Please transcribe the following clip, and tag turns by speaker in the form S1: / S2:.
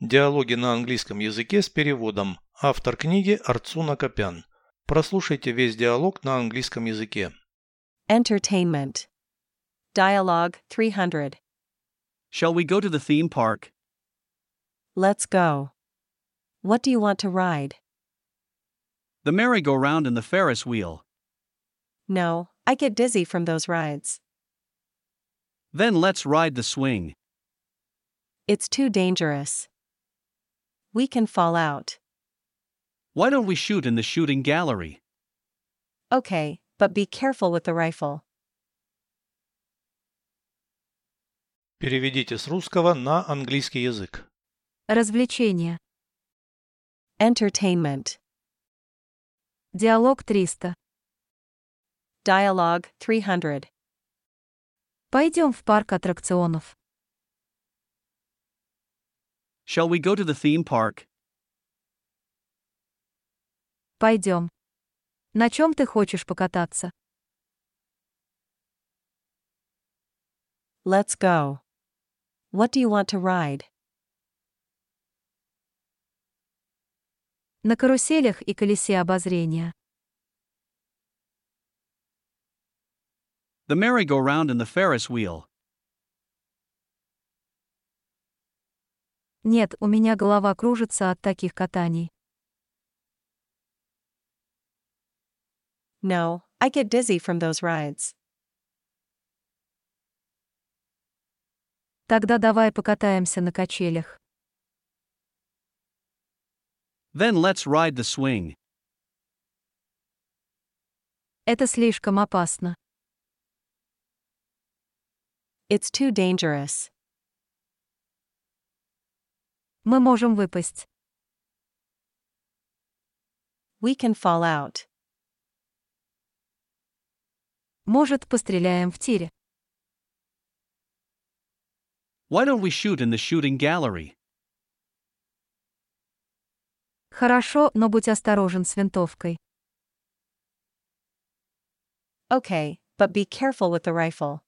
S1: Диалоги на английском языке с переводом. Автор книги Арцуна Копян. Прослушайте весь диалог на английском языке.
S2: Entertainment. Dialogue 300.
S3: Shall we go to the theme park?
S2: Let's go. What do you want to ride?
S3: The merry-go-round and the Ferris wheel.
S2: No, I get dizzy from those rides.
S3: Then let's ride the swing.
S2: It's too dangerous. We can fall out.
S3: Why don't we shoot in the shooting gallery?
S2: Okay, but be careful with the rifle.
S1: Переведите с русского на английский язык.
S4: Развлечения.
S2: Entertainment.
S4: Диалог 300.
S2: Dialogue 300.
S4: Пойдем в парк аттракционов.
S3: Shall we go to the theme park?
S4: Пойдем. На чем ты хочешь покататься?
S2: Let's go. What do you want to ride?
S4: На каруселях и колесе обозрения.
S3: The merry-go-round and the Ferris wheel.
S4: Нет, у меня голова кружится от таких катаний.
S2: No, I get dizzy from those rides.
S4: Тогда давай покатаемся на качелях.
S3: Then let's ride the swing.
S4: Это слишком опасно.
S2: It's too dangerous.
S4: Мы можем выпасть.
S2: We can fall out.
S4: Может, постреляем в тире.
S3: Why don't we shoot in the shooting gallery?
S4: Хорошо, но будь осторожен с винтовкой.
S2: Okay, but be careful with the rifle.